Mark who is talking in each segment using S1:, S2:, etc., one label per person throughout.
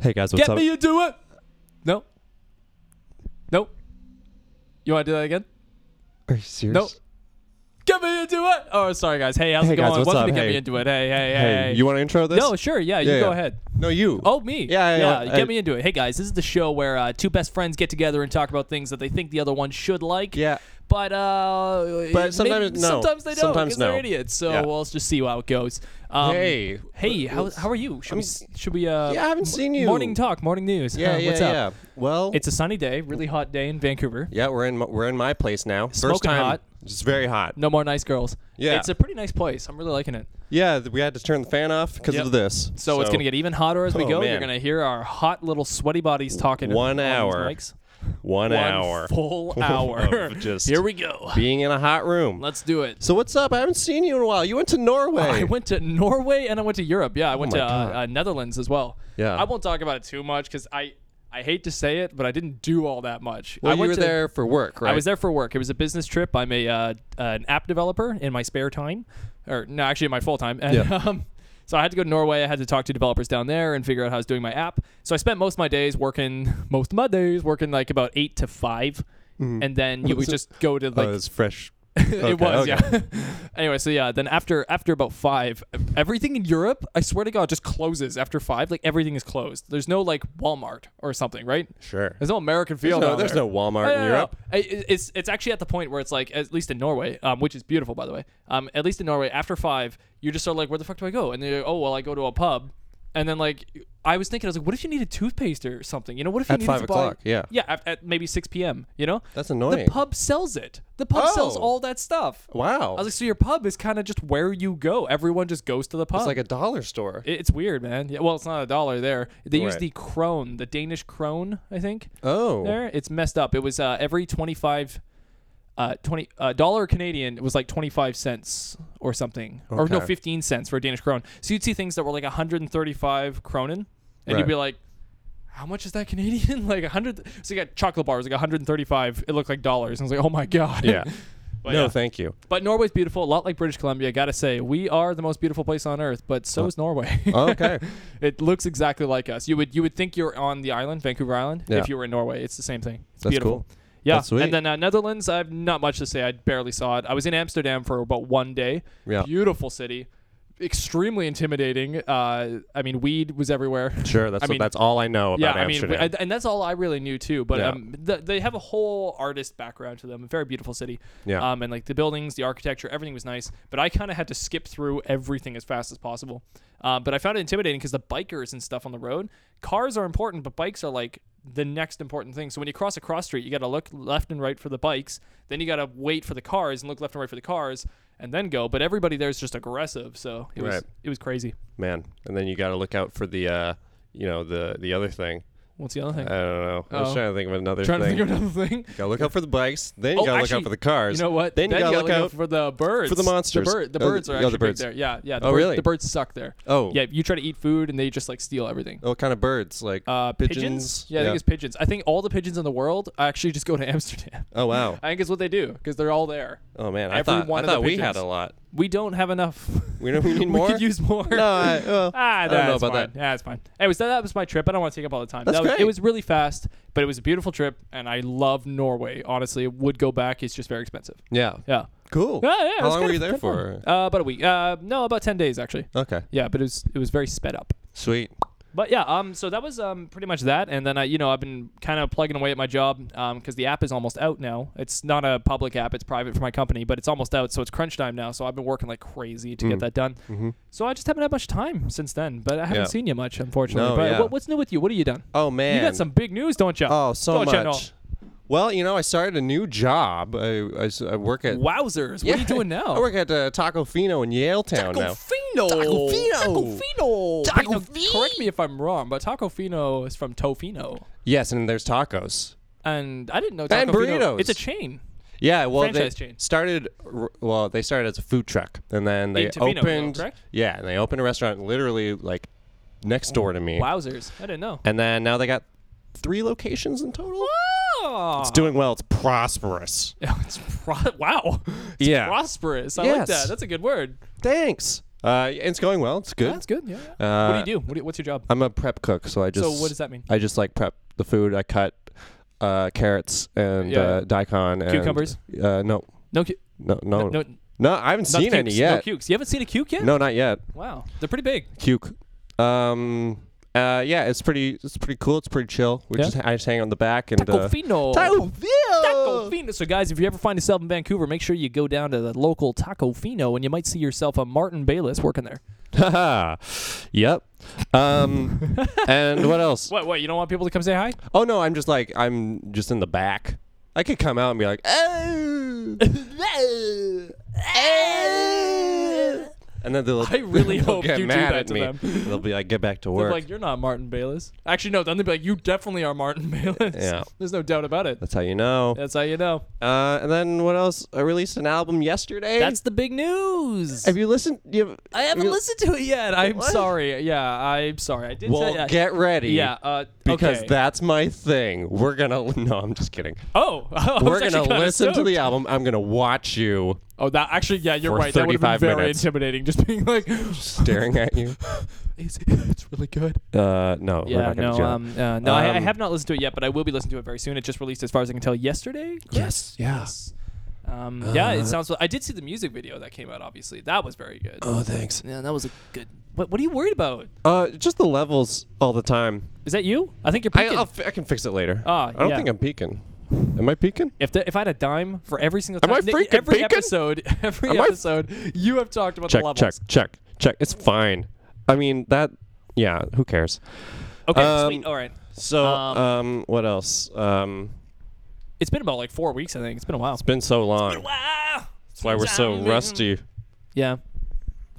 S1: Hey guys, what's
S2: Get
S1: up?
S2: me, you do it. No. Nope. You want to do that again?
S1: Are you serious?
S2: Nope. Get me into it. Oh, sorry guys. Hey, how's
S1: Hey,
S2: it going?
S1: guys, what's
S2: Welcome
S1: up?
S2: to Get
S1: Hey.
S2: Me Into It. Hey, hey, hey.
S1: Hey, you want to intro this?
S2: No, sure. Yeah, you
S1: Yeah,
S2: go
S1: yeah.
S2: ahead.
S1: no, you.
S2: Oh, me.
S1: Yeah, yeah, yeah.
S2: Get
S1: Uh,
S2: me into it. Hey guys, this is the show where uh, two best friends get together and talk about things that they think the other one should like.
S1: yeah.
S2: But uh, maybe-
S1: sometimes no.
S2: Sometimes they don't.
S1: Sometimes
S2: 'cause they're
S1: no.
S2: idiots. So
S1: Yeah.
S2: well, let's just see how it goes. Um,
S1: Hey.
S2: Hey, how, how are you? Should we? s- Should we? Uh,
S1: Yeah, I haven't
S2: m-
S1: seen you.
S2: Morning talk. Morning news.
S1: Yeah,
S2: huh,
S1: yeah,
S2: uh, What's up?
S1: yeah. Well,
S2: It's a sunny day, really hot day in Vancouver.
S1: yeah, we're in my, we're in my place now. First
S2: Smoking
S1: time.
S2: hot.
S1: It's very hot.
S2: No more nice girls.
S1: Yeah.
S2: It's a pretty nice place. I'm really liking it.
S1: Yeah, th- we had to turn the fan off because
S2: Yep.
S1: of this.
S2: So, it's going to get even hotter as we
S1: Oh,
S2: go. You're
S1: man.
S2: going to hear our hot little sweaty bodies talking.
S1: One
S2: on these
S1: hour.
S2: mics.
S1: one,
S2: One
S1: hour
S2: Full hour.
S1: of just
S2: Here we go.
S1: being in a hot room.
S2: Let's do it.
S1: so what's up? I haven't seen you in a while. You went to Norway.
S2: I went to Norway and I went to Europe. Yeah, I went
S1: Oh my
S2: to
S1: God.
S2: uh, uh, Netherlands as well.
S1: Yeah.
S2: I won't talk about it too much because I I hate to say it, but I didn't do all that much.
S1: Well,
S2: I
S1: you
S2: went
S1: were
S2: to,
S1: there for work, right?
S2: I was there for work. It was a business trip. I'm a uh, an app developer in my spare time, or no, actually in my full time. And,
S1: Yeah.
S2: um, so I had to go to Norway. I had to talk to developers down there and figure out how I was doing my app. So I spent most of my days working, most of my days working like about eight to 5
S1: Mm-hmm.
S2: and then you would just go to like
S1: oh, it was fresh. Okay,
S2: it was
S1: okay.
S2: yeah. anyway, so yeah, then after after about five, everything in Europe, I swear to God, just closes after five. Like everything is closed. There's no like Walmart or something, right?
S1: Sure.
S2: There's no American
S1: There's
S2: feel.
S1: no,
S2: down
S1: there's
S2: there.
S1: no Walmart in
S2: No, no, no, no.
S1: Europe.
S2: I- i- It's it's actually at the point where it's like at least in Norway, um, which is beautiful by the way. Um, at least in Norway, after five, you just are like, where the fuck do I go? And they're like, oh well, I go to a pub, and then like I was thinking, I was like, what if you needed toothpaste or something? You know, what if you
S1: At
S2: needed
S1: five
S2: to buy-
S1: o'clock, yeah.
S2: yeah, at, at maybe six p.m. You know,
S1: That's annoying.
S2: The pub sells it. The pub sells
S1: Oh.
S2: all that stuff.
S1: Wow.
S2: I was like, so your pub is kind of just where you go. Everyone just goes to the pub.
S1: it's like a dollar store.
S2: It- it's weird, man. Yeah, well, it's not a dollar there. They use
S1: Right.
S2: the krone, the Danish krone, I think
S1: oh.
S2: there. It's messed up. It was uh, every 25 uh, 20 uh, dollar Canadian it was like 25 cents or something or no
S1: Okay.
S2: 15 cents for a Danish krone. So you'd see things that were like 135 kronen and
S1: Right.
S2: you'd be like how much is that Canadian? like 100 so you got chocolate bars like 135 it looked like dollars. And I was like, "Oh my god."
S1: Yeah.
S2: but,
S1: no,
S2: yeah.
S1: thank you.
S2: but Norway's beautiful, a lot like British Columbia. Got to say, we are the most beautiful place on earth, but
S1: Uh,
S2: so is Norway.
S1: Okay.
S2: It looks exactly like us. You would you would think you're on the island, Vancouver Island,
S1: Yeah.
S2: if you were in Norway. It's the same thing. It's
S1: That's
S2: beautiful.
S1: cool.
S2: Yeah.
S1: That's sweet.
S2: And then uh, Netherlands, I've not much to say. I barely saw it. I was in Amsterdam for about one day.
S1: Yeah.
S2: Beautiful city. Extremely intimidating. Uh, I mean, weed was everywhere.
S1: Sure, that's
S2: I mean-
S1: that's all I know about
S2: yeah, I mean,
S1: Amsterdam.
S2: I- and that's all I really knew too. But
S1: Yeah.
S2: um, th- they have a whole artist background to them. A very beautiful city.
S1: Yeah.
S2: Um, and like the buildings, the architecture, everything was nice. But I kind of had to skip through everything as fast as possible. Um, but I found it intimidating because the bikers and stuff on the road. Cars are important, but bikes are like the next important thing. So when you cross a cross street, you got to look left and right for the bikes. Then you got to wait for the cars and look left and right for the cars, and then go. But everybody there is just aggressive, so it was
S1: Right.
S2: it was crazy.
S1: Man, and then you got to look out for the uh, you know, the the other thing.
S2: What's the other thing?
S1: I don't know. I was
S2: Oh.
S1: trying to think of another
S2: Trying
S1: thing.
S2: to think of another thing.
S1: Got to look out for the bikes. Then you
S2: Oh,
S1: got to look
S2: actually,
S1: out for the cars.
S2: You know what?
S1: Then, you got to look out.
S2: for the birds,
S1: for the monsters.
S2: The, bird, the
S1: Oh, the-
S2: birds are
S1: yeah, the
S2: actually big
S1: birds.
S2: there. Yeah, yeah. The
S1: Oh,
S2: birds,
S1: really?
S2: The birds suck there.
S1: Oh.
S2: yeah. You try to eat food and they just like steal everything.
S1: What kind of birds? Like
S2: Uh, pigeons? Yeah, I think it's pigeons. I think all the pigeons in the world actually just go to Amsterdam.
S1: oh wow.
S2: I think it's what they do because they're all there.
S1: Oh man, I
S2: every
S1: thought
S2: one
S1: I
S2: of the
S1: thought we had
S2: pigeons.
S1: a lot.
S2: We don't have enough.
S1: We know we need more.
S2: could use more.
S1: No, I, well,
S2: Ah,
S1: I
S2: that's
S1: don't know about
S2: fine.
S1: that.
S2: Yeah, it's fine. Anyways, that, that was my trip. I don't want to take up all the time.
S1: That's
S2: that was,
S1: great.
S2: It was really fast, but it was a beautiful trip, and I love Norway. Honestly, would go back. It's just very expensive.
S1: Yeah.
S2: Yeah.
S1: Cool.
S2: Oh, Yeah, yeah. it
S1: How
S2: was
S1: long
S2: kinda
S1: were you there
S2: fun.
S1: for?
S2: Uh, about a week. Uh, no, about ten days actually.
S1: Okay.
S2: Yeah, but it was it was very sped up.
S1: Sweet.
S2: But yeah, um, so that was um pretty much that, and then I, you know, I've been kind of plugging away at my job, um, because the app is almost out now. It's not a public app; it's private for my company, but it's almost out, so it's crunch time now. So I've been working like crazy to
S1: Mm.
S2: get that done. So I just haven't had much time since then, but I haven't
S1: Mm-hmm. Yeah.
S2: seen you much, unfortunately.
S1: No,
S2: but
S1: yeah.
S2: what, what's new with you? What have you done?
S1: Oh man.
S2: you got some big news, don't you?
S1: Oh, so
S2: don't ya know?
S1: much. Well, you know, I started a new job. I, I s- I work at.
S2: Wowzers! What are you doing now?
S1: I work at uh, Taco Fino in Yale Town now.
S2: Tacofino.
S1: Tacofino.
S2: Tacofino.
S1: Tacofi-
S2: Correct me if I'm wrong, but Tacofino is from Tofino.
S1: Yes, and there's tacos.
S2: And I didn't know
S1: And
S2: Tacofino.
S1: burritos.
S2: It's a chain.
S1: Yeah, well,
S2: Franchise
S1: they
S2: chain.
S1: started. r- Well, they started as a food truck, and then they
S2: In Tofino, though,
S1: opened.
S2: correct?
S1: yeah, and they opened a restaurant literally like next door to me.
S2: Wowzers. I didn't know.
S1: And then now they got three locations in total.
S2: Oh.
S1: It's doing well. It's prosperous.
S2: It's pro- wow. It's
S1: Yeah.
S2: prosperous. I like
S1: Yes.
S2: that. That's a good word.
S1: Thanks. Uh, and it's going well. It's good.
S2: That's good. Yeah. yeah.
S1: Uh,
S2: what do you do? What do you, what's your job?
S1: I'm a prep cook, so I just
S2: so what does that mean?
S1: I just like prep the food. I cut uh, carrots and
S2: Yeah.
S1: uh, daikon and
S2: Cucumbers?
S1: Uh, no,
S2: No, cu-
S1: no, no,
S2: no,
S1: no,
S2: no,
S1: I haven't
S2: not
S1: seen any
S2: cukes,
S1: yet.
S2: No cukes. You haven't seen a cuke yet?
S1: No, not yet.
S2: Wow, they're pretty big.
S1: Cuke. Um. Uh. Yeah. It's pretty. It's pretty cool. It's pretty chill. We
S2: Yeah.
S1: just I just hang on the back and.
S2: Taco
S1: uh,
S2: fino.
S1: Taco Oh.
S2: Taco Fino. So, guys, if you ever find yourself in Vancouver, make sure you go down to the local Taco Fino, and you might see yourself a Martin Bayless working there.
S1: Haha. yep. Um. and what else?
S2: What? What? You don't want people to come say hi?
S1: Oh no, I'm just like I'm just in the back. I could come out and be like, oh, oh," and then they'll.
S2: I really
S1: they'll
S2: hope
S1: get
S2: you do
S1: mad
S2: that
S1: at
S2: to
S1: me.
S2: them.
S1: They'll be like, get back to
S2: They're
S1: work.
S2: like, you're not Martin Bayless. Actually, no. Then they'd be like, you definitely are Martin Bayless.
S1: Yeah.
S2: There's no doubt about it.
S1: That's how you know.
S2: That's how you know.
S1: Uh, and then what else? I released an album yesterday.
S2: That's the big news.
S1: Have you listened? You have,
S2: I haven't
S1: you-
S2: listened to it yet. I'm
S1: What?
S2: sorry. Yeah, I'm sorry. I did
S1: Well,
S2: say that.
S1: get ready.
S2: yeah. Uh,
S1: Because
S2: okay.
S1: that's my thing. We're gonna. No, I'm just kidding.
S2: Oh, I was
S1: We're
S2: actually
S1: gonna
S2: kinda
S1: listen to
S2: stoked.
S1: the album. I'm gonna watch you
S2: Oh, that actually, yeah, you're
S1: for
S2: right. That would have
S1: 35
S2: been very
S1: minutes.
S2: intimidating. Just being like,
S1: staring at you.
S2: it's, it's really good.
S1: Uh, no. we're
S2: Yeah,
S1: not gonna
S2: no,
S1: do that.
S2: um, uh, no, I, I
S1: Um,
S2: have not listened to it yet, but I will be listening to it very soon. It just released, as far as I can tell, yesterday. correct?
S1: Yes, yeah.
S2: Yes. Um, yeah,
S1: Uh,
S2: it sounds. I did see the music video that came out. Obviously, that was very good.
S1: Oh, thanks.
S2: yeah, that was a good. What, what are you worried about?
S1: Uh, just the levels all the time.
S2: Is that you? I think you're
S1: I,
S2: peaking.
S1: I'll, fi- I can fix it later.
S2: Ah,
S1: I don't
S2: yeah.
S1: think I'm peeking. Am I peeking?
S2: If, the, if I had a dime for every single
S1: Am
S2: time,
S1: I
S2: Nick,
S1: freaking
S2: every
S1: peeking?
S2: episode, every
S1: Am I-
S2: episode, you have talked about
S1: Check,
S2: the levels.
S1: check, check, check. It's fine. I mean that. Yeah. Who cares?
S2: Okay,
S1: Um,
S2: sweet. All right.
S1: So,
S2: Um,
S1: um, what else? Um,
S2: It's been about like four weeks, I think. It's been a while.
S1: it's been so long.
S2: Wow.
S1: That's why we're so rusty.
S2: Yeah.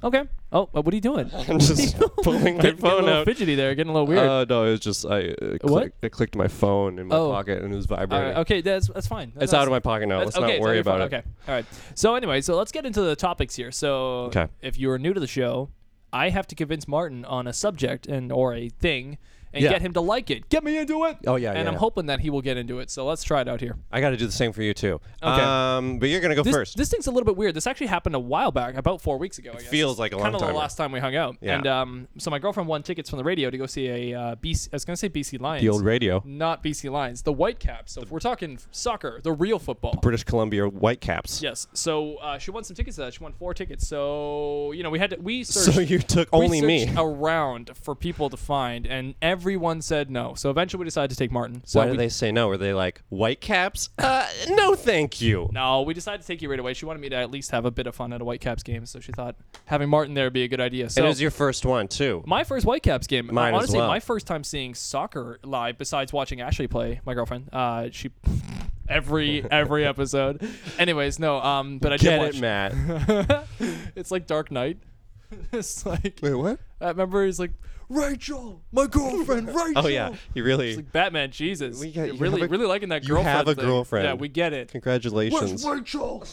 S2: Okay. Oh, uh, what are you doing?
S1: I'm just pulling my
S2: Getting- getting a
S1: phone
S2: little
S1: out.
S2: fidgety there, getting a little weird.
S1: Uh, no, it was just I. Uh, click,
S2: What?
S1: I clicked my phone in my
S2: Oh.
S1: pocket and it was
S2: All
S1: vibrating.
S2: right, okay, that's that's fine.
S1: It's out of my pocket now. Let's not worry about it.
S2: Okay. All right. So anyway, so let's get into the topics here. So
S1: Okay.
S2: if you are new to the show, I have to convince Martin on a subject and or a thing and
S1: Yeah.
S2: get him to like it. Get me into it.
S1: Oh, yeah,
S2: And
S1: yeah,
S2: I'm
S1: yeah.
S2: hoping that he will get into it. So let's try it out here.
S1: I got to do the same for you too.
S2: Okay.
S1: Um, but you're gonna go
S2: This,
S1: first.
S2: this thing's a little bit weird. This actually happened a while back, about four weeks ago. I guess.
S1: feels like a long
S2: kind of the
S1: time ago.
S2: last time we hung out.
S1: Yeah.
S2: And um, so my girlfriend won tickets from the radio to go see a uh, BC. I was gonna say BC Lions.
S1: the old radio.
S2: not BC Lions, the Whitecaps. So if we're talking soccer, the real football.
S1: British Columbia Whitecaps.
S2: yes. So uh, she won some tickets to that. She won four tickets. So you know we had to, we searched.
S1: So you took
S2: we
S1: only me.
S2: searched around for people to find, and everyone said no. So eventually we decided to take Martin. So
S1: Why
S2: we,
S1: did they say no? Were they like Whitecaps? Uh, no, thank you.
S2: No, we decided to take you right away. She wanted me to at least have a bit of fun at a Whitecaps game, so she thought having Martin there would be a good idea. So
S1: And it was your first one too.
S2: my first Whitecaps game. Uh,
S1: Mine as
S2: honestly,
S1: well.
S2: my first time seeing soccer live, besides watching Ashley play, my girlfriend. Uh, she every every episode. Anyways, no. Um, but I did
S1: Get
S2: watch.
S1: it, Matt.
S2: it's like Dark Knight. it's like
S1: Wait, what?
S2: I remember he's like Rachel, my girlfriend Rachel.
S1: Oh yeah, you really.
S2: It's like Batman, Jesus.
S1: We got-
S2: You're
S1: you
S2: really,
S1: have a-
S2: really liking that
S1: you
S2: girlfriend.
S1: have a
S2: thing.
S1: girlfriend.
S2: Yeah, we get it.
S1: Congratulations.
S3: Rachel?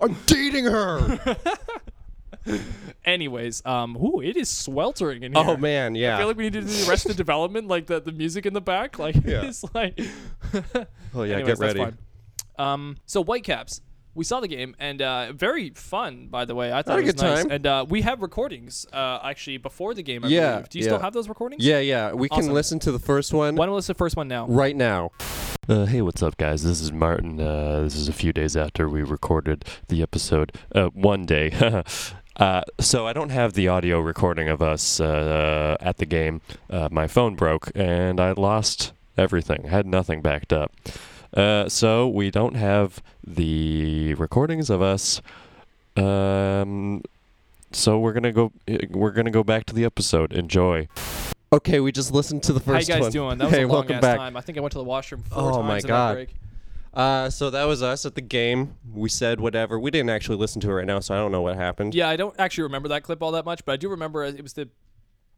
S3: I'm dating her.
S2: Anyways, um, ooh, it is sweltering in here.
S1: Oh man, yeah.
S2: I feel like we need to do the rest of development, like the, the music in the back. Like
S1: Yeah.
S2: it's like
S1: oh yeah, get
S2: Anyways,
S1: ready.
S2: That's fine. Um, so Whitecaps, we saw the game and uh, very fun, by the way. I
S1: Had
S2: thought
S1: a
S2: it was
S1: good
S2: nice.
S1: time.
S2: And uh, we have recordings uh, actually before the game. I
S1: Yeah,
S2: believe. Do you
S1: yeah.
S2: still have those recordings?
S1: Yeah, yeah. We
S2: Awesome.
S1: can listen to the first one
S2: Why don't we listen to the first one now?
S1: right now.
S4: Uh, hey, what's up, guys? This is Martin. Uh, this is a few days after we recorded the episode. Uh, one day. uh, so I don't have the audio recording of us uh, at the game. Uh, my phone broke and I lost everything. I had nothing backed up. Uh, so we don't have the recordings of us. Um, so we're gonna go. uh, We're gonna go back to the episode. Enjoy.
S1: Okay, we just listened to the
S2: How you
S1: first
S2: guys
S1: one.
S2: doing? That was
S1: hey,
S2: a long
S1: welcome
S2: ass
S1: back.
S2: time. I think I went to the washroom four
S1: Oh,
S2: times
S1: my
S2: in that
S1: God.
S2: break.
S1: Uh, so that was us at the game. We said whatever. We didn't actually listen to it right now, so I don't know what happened.
S2: Yeah, I don't actually remember that clip all that much, but I do remember it was the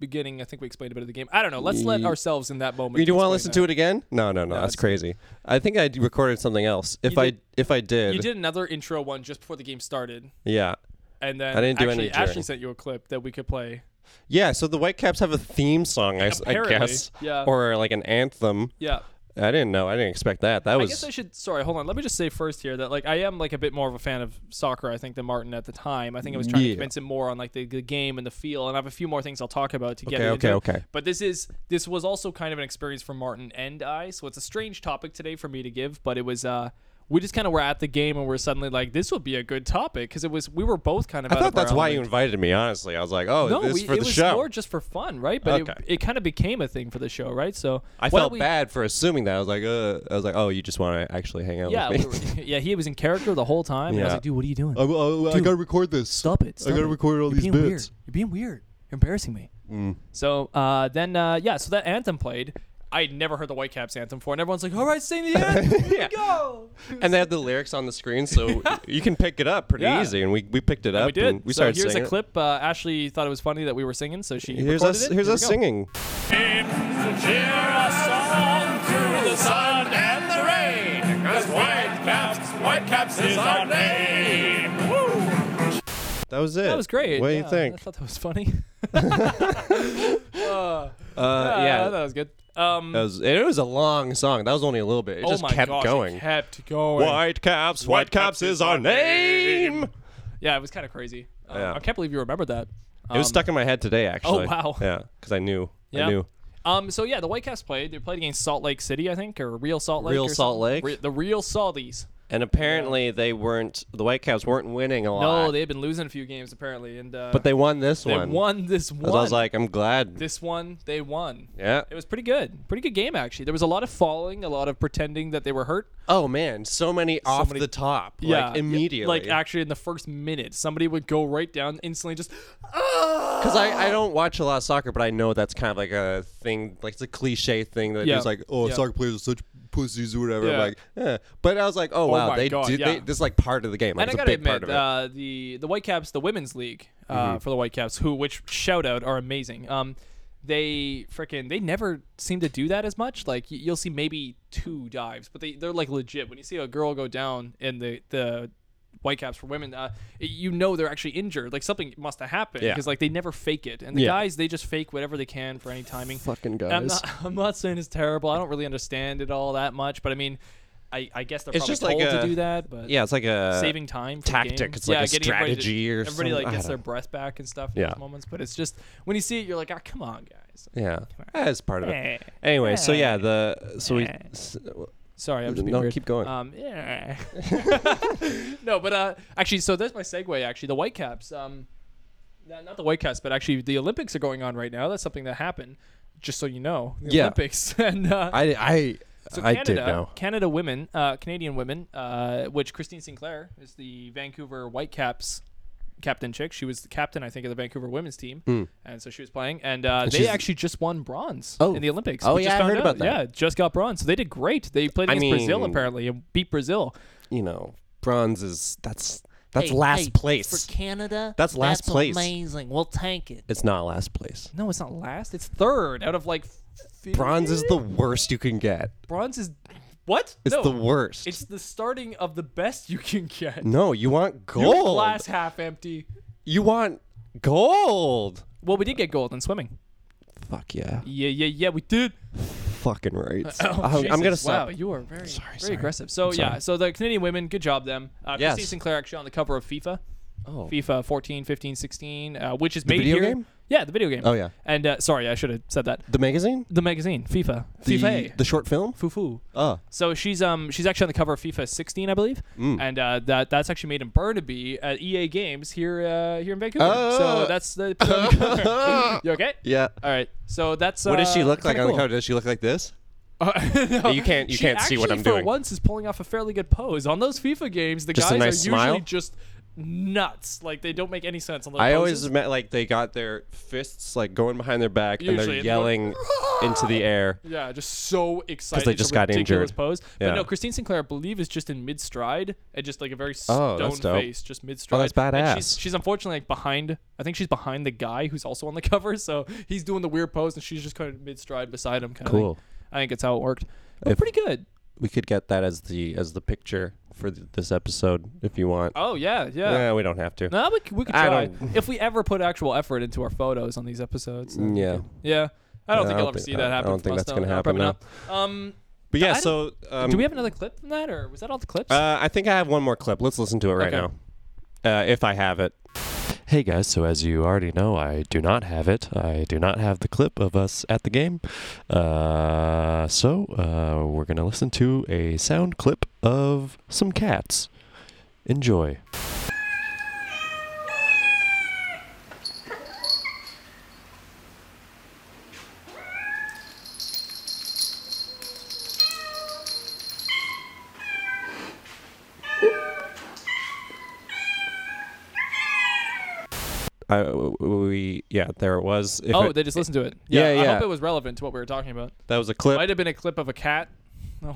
S2: beginning. I think we explained a bit of the game. I don't know. Let's let
S1: Ye-
S2: ourselves in that moment.
S1: You do want to listen to it again? No, no, no.
S2: No,
S1: that's
S2: it's-
S1: crazy. I think I d- recorded something else. If
S2: You
S1: I
S2: did-
S1: if I did,
S2: You did another intro one just before the game started,
S1: yeah,
S2: and then
S1: I didn't do
S2: actually
S1: any
S2: Ashley
S1: during.
S2: sent you a clip that we could play.
S1: yeah. So the Whitecaps have a theme song, I, s- I
S2: Apparently,
S1: guess,
S2: yeah.
S1: or like an anthem.
S2: Yeah.
S1: I didn't know. I didn't expect that. That
S2: I
S1: was
S2: guess I should. Sorry, hold on. Let me just say first here that like I am like a bit more of a fan of soccer. I think than Martin at the time. I think I was trying to
S1: Yeah.
S2: convince him more on like the, the game and the feel. And I have a few more things I'll talk about to get
S1: Okay,
S2: it
S1: okay,
S2: into.
S1: okay.
S2: But this is this was also kind of an experience for Martin and I. So it's a strange topic today for me to give, but it was. uh we just kind of were at the game and we're suddenly like, this would be a good topic because it was we were both kind of.
S1: I
S2: out
S1: thought
S2: of our
S1: that's why you
S2: element.
S1: invited me. Honestly, I was like, oh,
S2: No,
S1: this
S2: we,
S1: is for
S2: it
S1: the
S2: was
S1: show.
S2: more just for fun, right? But
S1: Okay.
S2: it, it kind of became a thing for the show, right? So
S1: I
S2: why don't
S1: felt
S2: we-
S1: bad for assuming that. I was like, uh, I was like, oh, you just want to actually hang out
S2: Yeah,
S1: with
S2: we
S1: me.
S2: were, yeah, he was in character the whole time. And I was
S1: Yeah.
S2: like, dude, what are you doing?
S3: I, I, I gotta record this.
S2: Stop it. Stop
S3: I gotta
S2: it.
S3: record all
S2: You're
S3: these
S2: being
S3: bits.
S2: Weird. You're being weird. You're embarrassing me.
S1: Mm.
S2: So uh, then, uh, yeah, so that anthem played. I'd never heard the Whitecaps anthem before, and everyone's like, all right, sing the anthem. Oh Here
S1: Yeah.
S2: we go.
S1: and they had the lyrics on the screen, so you can pick it up pretty
S2: Yeah.
S1: easy. And we, we picked it up.
S2: we did.
S1: And we
S2: so
S1: started
S2: here's
S1: singing
S2: a
S1: it.
S2: clip. Uh, Ashley thought it was funny that we were singing, so she
S1: Here's
S2: recorded
S1: us.
S2: it.
S1: Here's
S2: Here we
S1: us
S2: go.
S1: singing. That was it.
S2: That was great.
S1: What do
S2: Yeah,
S1: you think?
S2: I thought that was funny. uh,
S1: Uh,
S2: yeah,
S1: yeah,
S2: that
S1: that
S2: was good. Um,
S1: was. It was a long song. That was only a little bit. It
S2: oh
S1: just
S2: my
S1: kept
S2: gosh, it
S1: going.
S2: kept going.
S1: White caps, white caps is our name.
S2: Yeah, it was kind of crazy. Um,
S1: Yeah.
S2: I can't believe you remembered that.
S1: It was stuck in my head today, actually.
S2: Um, oh, wow.
S1: Yeah, because I knew.
S2: Yeah.
S1: I knew.
S2: Um, so yeah, the Whitecaps played. They played against Salt Lake City, I think, or Real Salt Lake.
S1: Real
S2: or
S1: Salt
S2: something.
S1: Lake.
S2: Re- the Real Salties.
S1: And apparently they weren't. The White Caps weren't winning a lot.
S2: No, they had been losing a few games apparently, and uh,
S1: But they won this
S2: they
S1: one.
S2: won this one.
S1: 'Cause I was like, I'm glad.
S2: this one they won.
S1: yeah.
S2: It was pretty good. Pretty good game actually. There was a lot of falling, a lot of pretending that they were hurt.
S1: oh man, so many off
S2: many-
S1: the top. like
S2: yeah,
S1: immediately.
S2: Like actually, in the first minute, somebody would go right down instantly, just "Ah!"
S1: Because I, I don't watch a lot of soccer, but I know that's kind of like a thing, like it's a cliche thing that
S2: Yeah.
S1: it's like,
S3: Oh,
S2: Yeah.
S3: soccer players are such pussies or whatever.
S2: Yeah.
S3: I'm like,
S1: eh. but I was like, oh, wow,
S2: my
S1: they
S2: God,
S1: do
S2: yeah.
S1: they, this is like part of the game. Like,
S2: and I
S1: it's a
S2: gotta
S1: big part of
S2: admit,
S1: it. Mm-hmm.
S2: uh, the the Whitecaps, the women's league uh, for the Whitecaps, who which shout out are amazing. Um, they frickin' they never seem to do that as much. Like y- you'll see maybe two dives, but they they're like legit. When you see a girl go down in the the Whitecaps for women, uh, y- you know they're actually injured. Like something must have happened
S1: Yeah.
S2: because like they never fake it, and the
S1: Yeah.
S2: guys they just fake whatever they can for any timing.
S1: Fucking
S2: And I'm not, I'm not saying it's terrible. I don't really understand it all that much, but I mean, I, I guess they're
S1: It's
S2: probably
S1: just like
S2: told to
S1: a-
S2: do that. But
S1: yeah, it's like a
S2: saving time for the
S1: tactic.
S2: game.
S1: It's like a
S2: getting everybody to-
S1: strategy or
S2: everybody
S1: something.
S2: like
S1: I
S2: gets
S1: don't
S2: their
S1: know.
S2: breath back and stuff in
S1: Yeah.
S2: those moments but it's just when you see it you're like ah come on guys
S1: Yeah, that's part of it.
S2: Eh.
S1: Anyway, so yeah, the so we
S2: Eh.
S1: s-
S2: sorry i'm just being
S1: no
S2: weird.
S1: keep going.
S2: um yeah. no but uh actually so there's my segue actually the whitecaps um not not the whitecaps but actually the olympics are going on right now that's something that happened just so you know the
S1: Yeah.
S2: olympics and uh
S1: I I
S2: So
S1: I
S2: Canada,
S1: did know.
S2: Canada women, uh, Canadian women, uh, which Christine Sinclair is the Vancouver Whitecaps captain chick. She was the captain, I think, of the Vancouver women's team, and so she was playing. And, uh, they
S1: Hmm. she's-
S2: actually just won bronze
S1: Oh.
S2: in the Olympics.
S1: Oh,
S2: We
S1: yeah,
S2: just
S1: I
S2: found
S1: heard
S2: out.
S1: about that.
S2: Yeah, just got bronze, so they did great. They played
S1: I
S2: against Brazil
S1: mean-
S2: apparently and beat Brazil.
S1: You know, bronze is that's that's
S5: Hey,
S1: last
S5: hey,
S1: place.
S5: For Canada,
S1: That's last place.
S5: amazing. We'll tank it.
S1: it's not last place.
S2: No, it's not last. It's third out of like. 50?
S1: Bronze is the worst you can get.
S2: bronze is what?
S1: It's
S2: no,
S1: the worst.
S2: It's the starting of the best you can get.
S1: no, you want
S2: You
S1: gold.
S2: Glass half empty.
S1: You want gold.
S2: Well, we did get gold in swimming.
S1: Fuck yeah.
S2: Yeah, yeah, yeah, we did.
S1: Fucking right.
S2: Oh,
S1: I'm, I'm
S2: Jesus.
S1: gonna stop.
S2: Wow, you are very, very
S1: sorry.
S2: aggressive. So yeah, so the Canadian women, good job them. Uh,
S1: Yes.
S2: Christine Sinclair actually on the cover of FIFA,
S1: Oh.
S2: FIFA 14, 15, 16, uh, which is made
S1: video
S2: here.
S1: game?
S2: Yeah, the video game.
S1: Oh, yeah.
S2: And uh, sorry, I should have said that.
S1: The magazine?
S2: The magazine, FIFA,
S1: The,
S2: FIFA,
S1: the short film?
S2: Fufu.
S1: Oh.
S2: So she's um she's actually on the cover of FIFA 16, I believe,
S1: Mm.
S2: and uh, that that's actually made in Burnaby at EA Games here uh, here in Vancouver. so
S1: Oh.
S2: that's the. you okay?
S1: Yeah.
S2: All right. So that's.
S1: What does she
S2: uh,
S1: look like
S2: kinda
S1: on the
S2: cool.
S1: cover? Does she look like this?
S2: no.
S1: You can't- you
S2: Oh, She
S1: can't see what
S2: actually,
S1: I'm
S2: For
S1: doing.
S2: once, is pulling off a fairly good pose on those FIFA games. The
S1: Just a
S2: guys
S1: nice
S2: are usually
S1: smile?
S2: just nuts. Like they don't make any sense on those.
S1: I
S2: poses.
S1: always met like they got their fists like going behind their back and
S2: Usually,
S1: they're yelling
S2: and they're
S1: into the air.
S2: yeah, just so excited.
S1: they
S2: It's a
S1: just got
S2: ridiculous
S1: injured.
S2: Pose. But
S1: Yeah.
S2: no, Christine Sinclair, I believe, is just in mid stride and just like a very
S1: Oh,
S2: stone
S1: that's dope. Oh,
S2: face, just mid stride.
S1: badass.
S2: she's, she's unfortunately like behind. I think she's behind the guy who's also on the cover. So he's doing the weird pose, and she's just kind of mid stride beside him. Kind
S1: Cool.
S2: Of I think it's how it worked. But
S1: If-
S2: pretty good.
S1: We could get that as the as the picture for th- this episode if you want.
S2: Oh yeah, yeah.
S1: Eh, we don't have to.
S2: No, we, c- we could
S1: I
S2: try.
S1: don't-
S2: If we ever put actual effort into our photos on these episodes. then we
S1: Yeah.
S2: could- Yeah. I don't
S1: I
S2: think
S1: don't
S2: I'll ever
S1: think-
S2: see that
S1: I- I
S2: happen.
S1: don't
S2: from
S1: think
S2: us,
S1: that's gonna
S2: no, no,
S1: happen,
S2: Probably not. Um,
S1: But yeah,
S2: I don't-
S1: so um,
S2: Do we have another clip from that, or was that all the clips?
S1: Uh, I think I have one more clip. Let's listen to it right
S2: Okay.
S1: now, uh, if I have it.
S4: Hey guys, so as you already know, I do not have it. I do not have the clip of us at the game. Uh, so uh, we're going to listen to a sound clip of some cats. Enjoy.
S1: I, w- w- we yeah, there it was. If
S2: oh,
S1: it-
S2: they just listened to it.
S1: Yeah,
S2: I
S1: yeah.
S2: hope it was relevant to what we were talking about.
S1: that was a clip.
S2: Might have been a clip of a cat,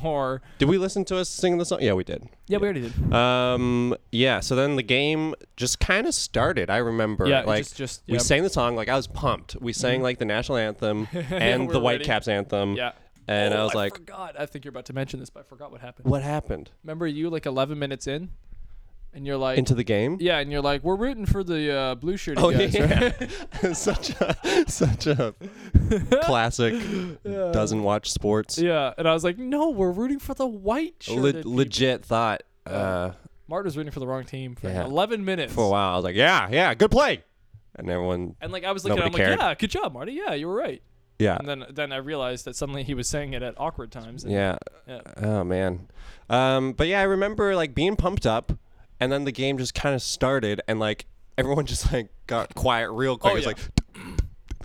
S2: or
S1: Did we listen to us singing the song? Yeah, we did.
S2: yeah, we already did.
S1: Um, yeah. So then the game just kind of started. I remember.
S2: Yeah, it
S1: like
S2: just- just-
S1: we
S2: yeah. Mm-hmm.
S1: sang the song. Like I was pumped. We sang like the national anthem and
S2: We're
S1: the
S2: ready.
S1: Whitecaps anthem.
S2: Yeah.
S1: And I was like,
S2: forgot. Oh, I think you're about to mention this, but I forgot what happened.
S1: what happened
S2: Remember you like 11 minutes in, and you're like,
S1: into the game?
S2: yeah, and you're like, we're rooting for the uh, blue shirt
S1: Oh
S2: guys, right?
S1: yeah. such a such a classic. Doesn't watch sports.
S2: Yeah, and I was like, no, we're rooting for the white
S1: Le-
S2: shirt.
S1: legit thought. Uh,
S2: Marta's rooting for the wrong team for
S1: Yeah.
S2: 11 minutes.
S1: for a while, I was like, yeah, yeah, good play. And everyone,
S2: And like I was looking, at him, I'm
S1: Nobody
S2: like,
S1: cared. Uh,
S2: yeah, good job, Marty. Yeah, you were right.
S1: yeah,
S2: And then then I realized that suddenly he was saying it at awkward times. And
S1: yeah.
S2: Yeah.
S1: Oh man. Um, but yeah, I remember like being pumped up, and then the game just kind of started, and like everyone just like got quiet real quick.
S2: Oh,
S1: It's
S2: yeah.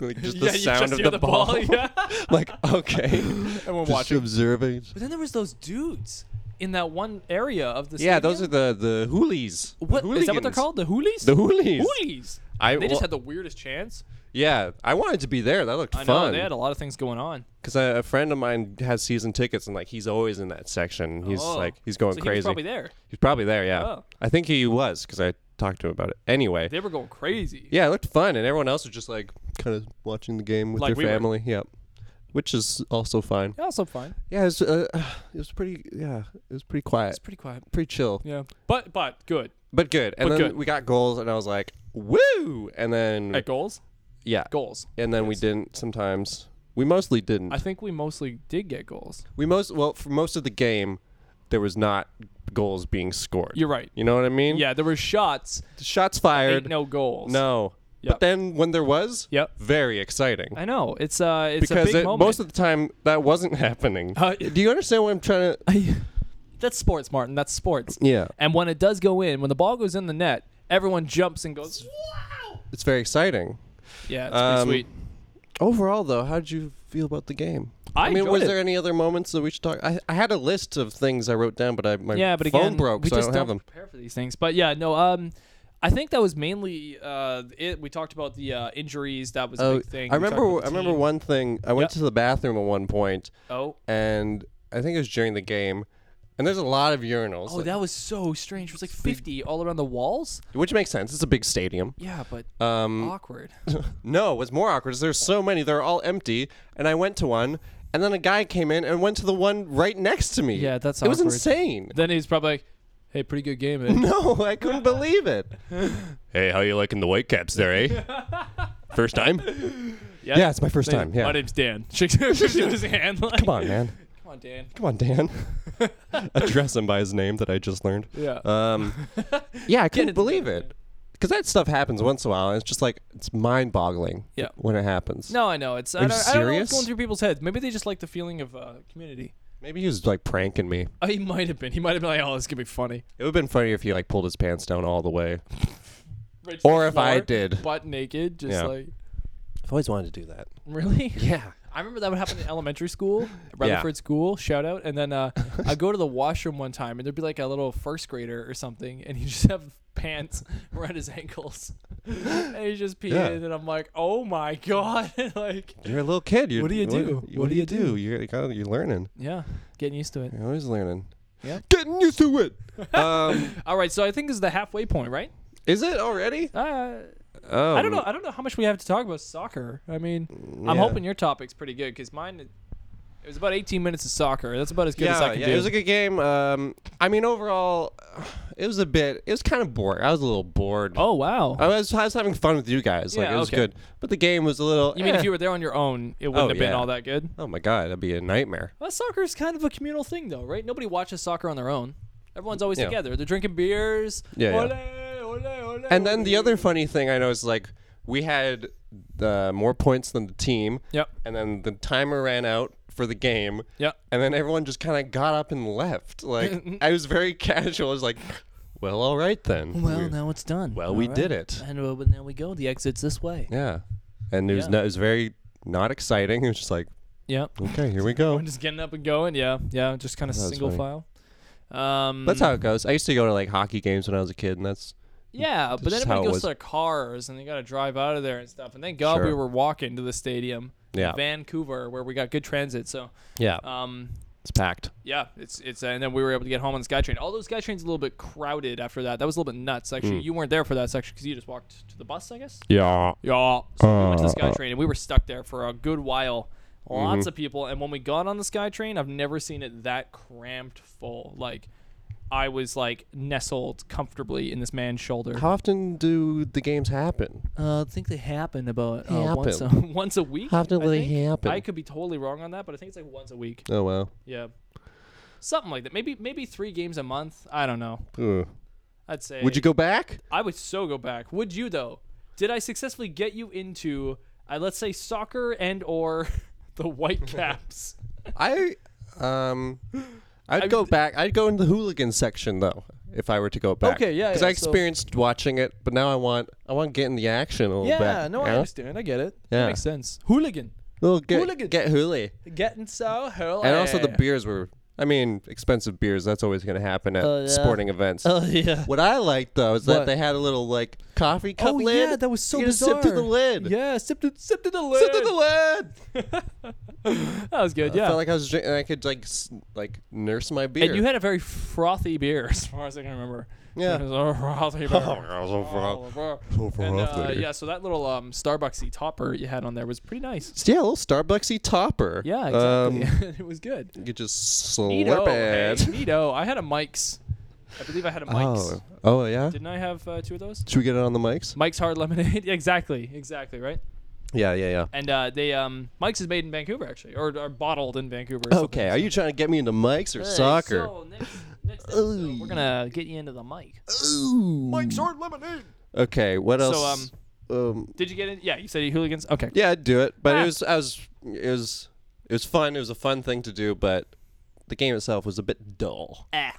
S1: like, like just
S2: Yeah,
S1: the
S2: you
S1: sound
S2: just
S1: of
S2: hear
S1: the,
S2: the
S1: ball.
S2: ball, yeah.
S1: like okay.
S2: and we're
S3: Just
S2: watching.
S3: observing.
S2: But then there was those dudes in that one area of the
S1: yeah, those are
S2: stadium.
S1: the the hoolies.
S2: what is that what they're
S1: Hooligans.
S2: called? The hoolies?
S1: The hoolies.
S2: Hoolies.
S1: I-
S2: they just
S1: well-
S2: had the weirdest chance.
S1: Yeah, I wanted to be there. That looked
S2: I know
S1: fun.
S2: they had a lot of things going on.
S1: Because a, a friend of mine has season tickets, and like he's always in that section. He's
S2: Oh.
S1: like he's going
S2: so
S1: crazy.
S2: He was probably there.
S1: He's probably there, yeah.
S2: Oh.
S1: I think he was because I talked to him about it. Anyway,
S2: They were going crazy.
S1: yeah, it looked fun, and everyone else was just like
S3: Kind of watching the game with
S2: Like
S1: their
S2: we were.
S1: family. Yep, which is also fine.
S2: Yeah, also fine.
S1: Yeah, it was, uh, it was pretty. Yeah, it was pretty quiet,
S2: It's pretty quiet.
S1: pretty chill,
S2: Yeah, but but good
S1: but good. And
S2: But
S1: then
S2: good.
S1: we got goals, and I was like, woo! And then
S2: at goals.
S1: yeah,
S2: Goals.
S1: and then we didn't. Sometimes we mostly didn't.
S2: I think we mostly did get goals.
S1: we most well for most of the game, there was not goals being scored.
S2: You're right.
S1: You know what I mean?
S2: Yeah, there were shots.
S1: Shots
S2: Ain't
S1: fired.
S2: no goals.
S1: No.
S2: Yep.
S1: But then when there was,
S2: Yep.
S1: very exciting.
S2: I know it's uh it's a
S1: because
S2: big
S1: it-
S2: moment.
S1: most of the time that wasn't happening.
S2: Uh,
S1: Do you understand what I'm trying to?
S2: that's sports, Martin. That's sports.
S1: Yeah,
S2: And when it does go in, when the ball goes in the net, everyone jumps and goes.
S1: it's very exciting.
S2: Yeah, it's
S1: Um,
S2: pretty sweet.
S1: Overall, though, how did you feel about the game?
S2: I
S1: mean,
S2: enjoyed
S1: was
S2: it.
S1: there any other moments that we should talk? I, I had a list of things I wrote down, but I my
S2: yeah, but
S1: phone
S2: again,
S1: broke,
S2: we
S1: so I
S2: just
S1: don't, have them.
S2: prepare for these things. But yeah, no. Um, I think that was mainly uh it. We talked about the uh, injuries. That was a
S1: Oh,
S2: big thing.
S1: I
S2: We talked
S1: remember.
S2: about
S1: I
S2: the
S1: remember
S2: team.
S1: one thing. I went
S2: Yep.
S1: to the bathroom at one point,
S2: Oh,
S1: and I think it was during the game. And there's a lot of urinals,
S2: oh,
S1: like-
S2: that was so strange. It was like 50 all around the walls.
S1: which makes sense. It's a big stadium.
S2: Yeah, but
S1: Um,
S2: awkward.
S1: No, what's more awkward is there's so many, they're all empty, and I went to one, and then a guy came in and went to the one right next to me.
S2: Yeah, that's
S1: it was
S2: awkward.
S1: insane.
S2: Then he's probably like, "Hey, pretty good game." eh?"
S1: No, I couldn't believe it.
S4: Hey, how you liking the white caps there, eh? First time?
S1: Yeah, it's my first
S2: Hey,
S1: time. Yeah,
S2: My name's Dan. Shakes shakes his hand. Like,
S1: come on, man.
S2: Come on, Dan.
S1: Come on, Dan. Address him by his name that I just learned.
S2: Yeah.
S1: Um, yeah, I
S2: it
S1: couldn't believe
S2: together,
S1: it. Because that stuff happens once in a while, and it's just like it's mind-boggling.
S2: Yeah.
S1: when it happens.
S2: No, I know. It's I
S1: you
S2: don't, I don't know what's
S1: serious?
S2: going through people's heads. Maybe they just like the feeling of uh, community.
S1: maybe he was like pranking me.
S2: Oh, he might have been. He might have been like, "Oh, this could be funny."
S1: It would have been funny if he like pulled his pants down all the way,
S2: Right to
S1: or
S2: the
S1: if I
S2: floor,
S1: did.
S2: butt naked, just
S1: Yeah.
S2: like
S1: I've always wanted to do that.
S2: really.
S1: Yeah.
S2: I remember that would happen in elementary school, Rutherford School, shout out. And then uh, I go to the washroom one time, and there'd be like a little first grader or something, and he just have pants around his ankles, and he's just peeing.
S1: Yeah.
S2: And I'm like, oh my god, like
S1: You're a little kid. You're,
S2: What do you do?
S1: What, do you do? You're like, oh, you're learning.
S2: yeah, getting used to it.
S1: You're always learning.
S2: Yeah.
S1: Getting used to it. um,
S2: All right, so I think this is the halfway point, right?
S1: is it already?
S2: Uh,
S1: Um,
S2: I don't know. I don't know how much we have to talk about soccer. I mean, I'm
S1: yeah.
S2: hoping your topic's pretty good because mine It was about 18 minutes of soccer. That's about as good as I
S1: yeah,
S2: can
S1: yeah,
S2: do.
S1: it was a good game. Um, I mean, overall, it was a bit. It was kind of boring. I was a little bored.
S2: oh wow.
S1: I was, I was having fun with you guys. Like
S2: Yeah,
S1: it was
S2: okay.
S1: good, but the game was a little.
S2: you mean
S1: eh.
S2: if you were there on your own, it wouldn't
S1: Oh,
S2: have been
S1: yeah.
S2: all that good?
S1: Oh my god, that'd be a nightmare.
S2: Well, soccer is kind of a communal thing, though, right? Nobody watches soccer on their own. Everyone's always
S1: Yeah.
S2: together. They're drinking beers.
S1: Yeah, yeah.
S2: Ole, ole, ole,
S1: And then the
S2: ole.
S1: other funny thing I noticed, like we had uh, more points than the team.
S2: Yep.
S1: And then the timer ran out for the game.
S2: Yep.
S1: And then everyone just kind of got up and left. Like I was very casual. I was like, "Well, all right then.
S5: Well,
S1: We-
S5: now it's done.
S1: well, we did it.
S5: And uh, but now we go. The exit's this way.
S1: Yeah." And it was,
S2: Yeah.
S1: no, it was very not exciting. It was just like,
S2: Yeah.
S1: "Okay, here we go."
S2: Everyone just getting up and going. Yeah. Yeah. Just kind of
S1: was
S2: single
S1: funny.
S2: file. Um,
S1: That's how it goes. I used to go to like hockey games when I was a kid, and that's
S2: Yeah, but then
S1: just
S2: everybody
S1: how it
S2: goes
S1: was.
S2: to their cars and they got to drive out of there and stuff. And thank God we
S1: Sure.
S2: were walking to the stadium, in
S1: Yeah.
S2: Vancouver, where we got good transit. So,
S1: yeah,
S5: Uh,
S2: um,
S1: it's packed.
S2: yeah, it's it's and then we were able to get home on the SkyTrain. Although SkyTrain's a little bit crowded after that. That was a little bit nuts. Actually, you weren't there for that section because you just walked to the bus, I guess.
S4: Yeah.
S2: Yeah. So we went to the SkyTrain and we were stuck there for a good while. Lots of people. And when we got on the SkyTrain, I've never seen it that cramped full. Like, I was like nestled comfortably in this man's shoulder.
S1: How often do the games happen?
S5: Uh, I think they happened about uh,
S1: Happen.
S5: once. A,
S2: once a week.
S1: How often
S2: I
S1: will they
S2: think.
S1: happen?
S2: I could be totally wrong on that, but I think it's like once a week.
S1: Oh well.
S2: Yeah, something like that. Maybe maybe three games a month. I don't know.
S1: Ugh.
S2: I'd say.
S1: Would you go back?
S2: I would so go back. Would you though? Did I successfully get you into, uh, let's say, soccer and or the White Caps?
S1: I um I'd
S2: I-
S1: go back. I'd go in the hooligan section though if I were to go back.
S2: Okay, yeah,
S1: Because
S2: yeah,
S1: I
S2: so-
S1: experienced watching it, but now I want I want to get in the action a little bit. yeah?
S2: understand. I get it.
S1: Yeah.
S2: sense. Hooligan,
S1: Well, get
S2: Hooligan. Oh,
S1: get hooli.
S2: getting so hooligan.
S1: And also the beers were. I mean, expensive beers. That's always going to happen at
S5: Oh, yeah.
S1: sporting events.
S5: oh yeah.
S1: What I liked though is
S5: What?
S1: that they had a little like coffee cup
S5: Oh,
S1: lid.
S5: yeah, that was so
S1: you just Sip to the
S5: bizarre.
S1: lid.
S2: Yeah, sip to sip to the lid.
S1: Sip to the lid.
S2: That was good. Yeah.
S1: I felt like I was drinking. I could like s- like nurse my beer.
S2: And you had a very frothy beer, as far as I can remember.
S1: Yeah.
S2: It was a frothy beer. Oh, bro.
S3: So for
S2: And,
S3: off
S2: uh,
S3: there.
S2: yeah, so that little um, Starbucksy topper you had on there was pretty nice.
S1: yeah, a little Starbucksy topper.
S2: Yeah,
S1: Um,
S2: exactly. it was good.
S1: You could just slurp
S2: Neato.
S1: it.
S2: Hey, neato. I had a Mike's. I believe I had a Mike's.
S1: Oh, oh yeah.
S2: Didn't I have uh, two of those?
S1: Should we get it on the mics?
S2: Mike's Hard Lemonade. exactly. Exactly, right?
S1: Yeah, yeah, yeah.
S2: And uh, they um, Mike's is made in Vancouver, actually, or, or bottled in Vancouver. or something.
S1: Okay, are you trying to get me into mics or
S5: Hey,
S1: soccer?
S5: So next, next episode, we're gonna get you into the mic.
S1: Ooh.
S2: Mike's Hard Lemonade.
S1: Okay, what
S2: So,
S1: else? So, um,
S2: Did you get in? Yeah, you said you hooligans. Okay.
S1: yeah, I'd do it, but
S2: Ah.
S1: it was, I was, it was, it was fun. It was a fun thing to do, but the game itself was a bit dull. Ah.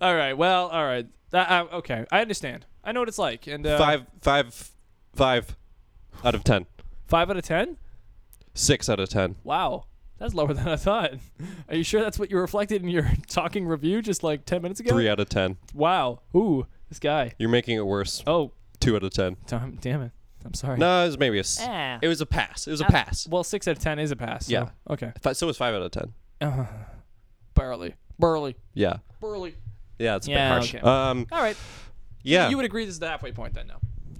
S2: All right. Well, all right. That, uh, okay. I understand. I know what it's like. And uh,
S1: Five, five, five out of ten.
S2: five out of ten.
S1: Six out of ten.
S2: Wow, that's lower than I thought. Are you sure that's what you reflected in your talking review just like ten minutes ago?
S1: Three out of ten.
S2: Wow. Ooh, this guy.
S1: You're making it worse.
S2: Oh,
S1: Two out of ten.
S2: Tom, damn it. I'm sorry.
S1: No, it was maybe a. s-
S5: Ah.
S1: It was a pass. It was a
S5: Ah.
S1: pass.
S2: Well, six out of ten is a pass. so-
S1: Yeah.
S2: Okay.
S1: Fi- So it was five out of ten.
S2: Uh, barely. Burly.
S1: Yeah.
S2: Burly.
S1: Yeah, it's a
S2: Yeah,
S1: bit harsh.
S2: okay.
S1: Um,
S2: All right.
S1: yeah,
S2: You would Oh. agree this is the halfway point then, no?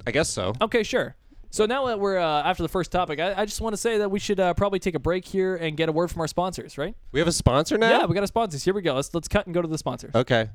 S1: I guess so.
S2: Okay, sure. So now that we're uh, after the first topic, I, I just want to say that we should uh, probably take a break here and get a word from our sponsors, right?
S1: We have a sponsor now.
S2: Yeah, we got our sponsors. Here we go. Let's let's cut and go to the sponsors.
S1: okay.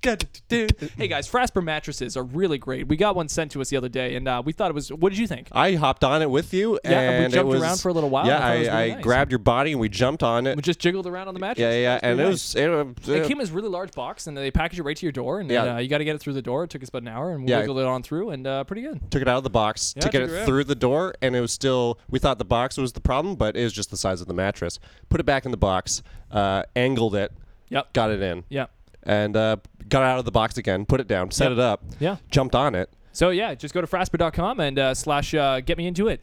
S2: Hey guys, Frasper mattresses are really great. We got one sent to us the other day, and uh, we thought it was. What did you think?
S1: I hopped on it with you,
S2: Yeah, and we
S1: and it
S2: jumped
S1: was-
S2: around for a little while. I
S1: Yeah,
S2: thought
S1: I,
S2: it was really
S1: I
S2: nice.
S1: grabbed your body and we jumped on
S2: We
S1: it.
S2: just jiggled around on the mattress.
S1: Yeah, yeah, yeah, and
S2: pretty
S1: it was. It, uh, was-
S2: It came in this really large box, and they package it right to your door, and then,
S1: Yeah.
S2: uh, you got to get it through the door. It took us about an hour, and we
S1: Yeah.
S2: wiggled it on through, and uh, pretty good.
S1: took it out of the box
S2: Yeah,
S1: to get
S2: took it out.
S1: it through the door, and it was still. We thought the box was the problem, but it was just the size of the mattress. Put it back in the box, uh, angled it,
S2: Yep.
S1: got it in,
S2: Yeah.
S1: and uh, got out of the box again. Put it down, set
S2: Yep.
S1: it up,
S2: Yeah.
S1: jumped on it.
S2: So yeah, just go to frasper.com and uh, slash uh, get me into it.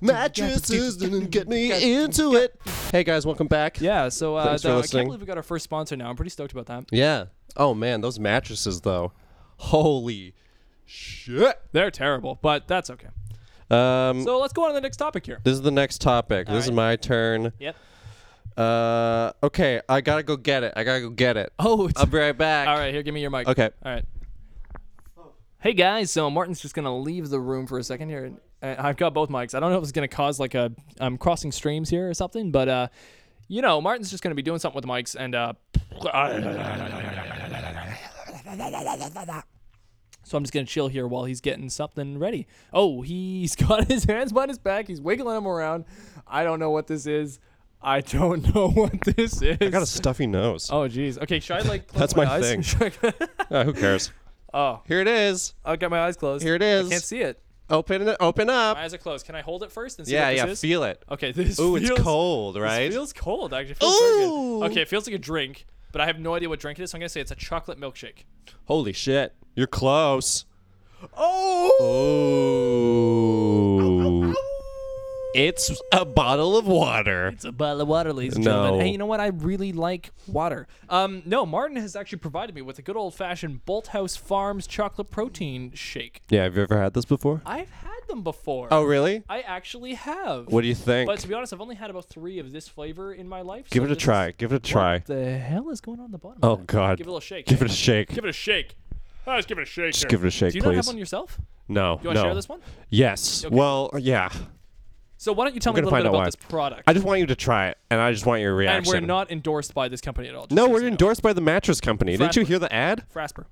S1: Mattresses didn't get me into it. Hey guys, welcome back.
S2: Yeah. So uh,
S1: Thanks for
S2: though, I
S1: listening.
S2: can't believe we got our first sponsor now. I'm pretty stoked about that.
S1: Yeah. Oh man, those mattresses though. Holy shit.
S2: They're terrible, but that's okay.
S1: Um
S2: So let's go on to the next topic here.
S1: this is the next topic. this is
S2: right.
S1: my turn.
S5: Yep.
S1: Uh, okay, I gotta go get it. I gotta go get it.
S2: Oh, it's,
S1: I'll be right back.
S2: all right. Here, give me your mic.
S1: Okay.
S2: All right. Hey guys, so Martin's just gonna leave the room for a second here. Uh, I've got both mics. I don't know if it's gonna cause like a I'm crossing streams here or something, but uh, you know, Martin's just gonna be doing something with the mics and uh. So I'm just gonna chill here while he's getting something ready. Oh, he's got his hands behind his back. He's wiggling them around. I don't know what this is. I don't know what this is.
S1: I got a stuffy nose.
S2: Oh jeez. Okay, should I like? close
S1: That's
S2: my,
S1: my
S2: eyes?
S1: thing.
S2: Should I-
S1: Uh, who cares?
S2: oh,
S1: Here it is.
S2: I got my eyes closed.
S1: Here it
S2: I
S1: is.
S2: can't see it.
S1: Open it. Open up.
S2: My eyes are closed. Can I hold it first and see
S1: Yeah,
S2: what this
S1: yeah.
S2: is?
S1: Feel it.
S2: okay, this.
S1: Ooh,
S2: feels,
S1: it's cold,
S2: this
S1: right?
S2: feels cold. Actually, It feels very good.
S1: Ooh.
S2: Okay, it feels like a drink, but I have no idea what drink it is. So I'm gonna say it's a chocolate milkshake.
S1: Holy shit. You're close.
S2: Oh.
S1: Oh. It's a bottle of water.
S2: It's a bottle of water, ladies and
S1: No.
S2: gentlemen. Hey, you know what? I really like water. Um, no, Martin has actually provided me with a good old fashioned Bolt House Farms chocolate protein shake.
S1: Yeah, have you ever had this before?
S2: I've had them before.
S1: Oh, really?
S2: I actually have.
S1: What do you think?
S2: But to be honest, I've only had about three of this flavor in my life.
S1: Give
S2: so
S1: it a
S2: this
S1: try.
S2: is-
S1: Give it a try.
S2: What the hell is going on at the bottom?
S1: Oh
S2: of that?
S1: god.
S2: Give it a little shake.
S1: Give
S2: eh?
S1: it a shake.
S2: Give it a shake. Ah, Let's give it a shake.
S1: Just
S2: here.
S1: give it a shake,
S2: Do you not have
S1: please.
S2: one yourself?
S1: No.
S2: Do you want to
S1: no.
S2: share this one?
S1: Yes.
S2: Okay.
S1: Well, yeah.
S2: So why don't you tell
S1: I'm
S2: me a
S1: gonna
S2: little
S1: find out
S2: bit about
S1: why.
S2: this product?
S1: I just want you to try it, and I just want your
S2: and
S1: reaction.
S2: we're not endorsed by this company at all. just
S1: No,
S2: so
S1: we're
S2: you know.
S1: endorsed by the mattress company. Didn't you
S2: Flatbush.
S1: hear the ad?
S2: Frasper.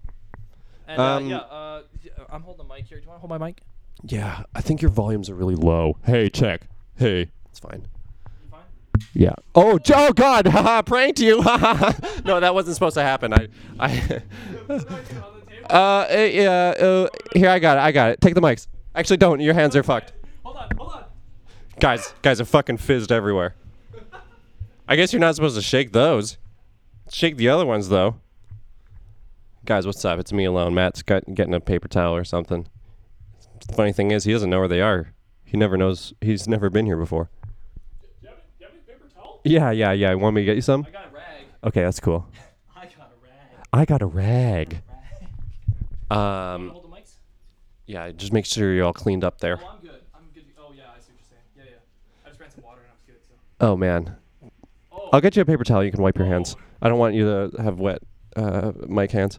S2: And
S1: Um,
S2: uh, yeah, uh, y- uh, I'm holding the mic here. Do you want to hold my mic?
S1: Yeah, I think your volumes are really low. Hey, check. Hey, it's fine. Yeah. Oh, j- oh God! Haha, pranked you. Haha. no, that wasn't supposed to happen. I, I. uh, eh, yeah. Uh, here, I got it. I got it. Take the mics. Actually, don't. Your hands are fucked.
S2: Hold on, hold on.
S1: Guys, guys are fucking fizzed everywhere. I guess you're not supposed to shake those. Shake the other ones though. Guys, what's up? It's me alone. Matt's got, getting a paper towel or something. Funny thing is, he doesn't know where they are. He never knows. He's never been here before.
S2: Do you have, do you have a paper towel?
S1: Yeah, yeah, yeah. Want me to get you some?
S2: I got a rag.
S1: Okay, that's cool.
S2: I got a rag.
S1: I got a rag.
S2: Can I
S1: Um,
S2: hold the mics?
S1: yeah, just make sure you're all cleaned up there.
S2: Oh, I'm good. I'm good. to- Oh, yeah, I see what you're saying. Yeah, yeah. I just ran some water and I was good, so.
S1: Oh man,
S2: Oh,
S1: I'll get you a paper towel. You can wipe your hands. I don't want you to have wet, uh, mic hands.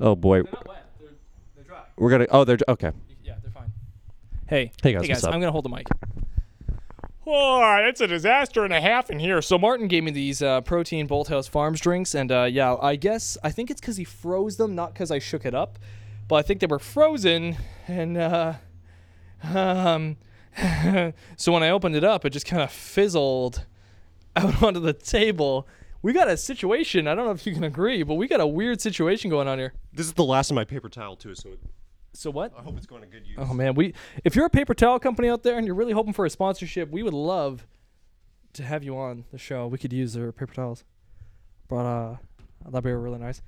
S1: Oh boy,
S2: they're not wet. They're, they're dry.
S1: we're gonna. Oh, they're okay.
S2: You- Yeah, they're fine. Hey.
S1: Hey, guys, what's up?
S2: I'm going to hold the mic. Oh, it's a disaster and a half in here. So Martin gave me these uh, protein Bolt House Farms drinks, and uh, yeah, I guess I think it's because he froze them, not because I shook it up, but I think they were frozen, and uh, um, so when I opened it up, it just kind of fizzled out onto the table. We got a situation. I don't know if you can agree, but we got a weird situation going on here.
S1: This is the last of my paper towel too, so
S2: So what?
S1: I hope it's going to good use.
S2: Oh man, we if you're a paper towel company out there and you're really hoping for a sponsorship, we would love to have you on the show. We could use their paper towels. But uh that'd be really nice.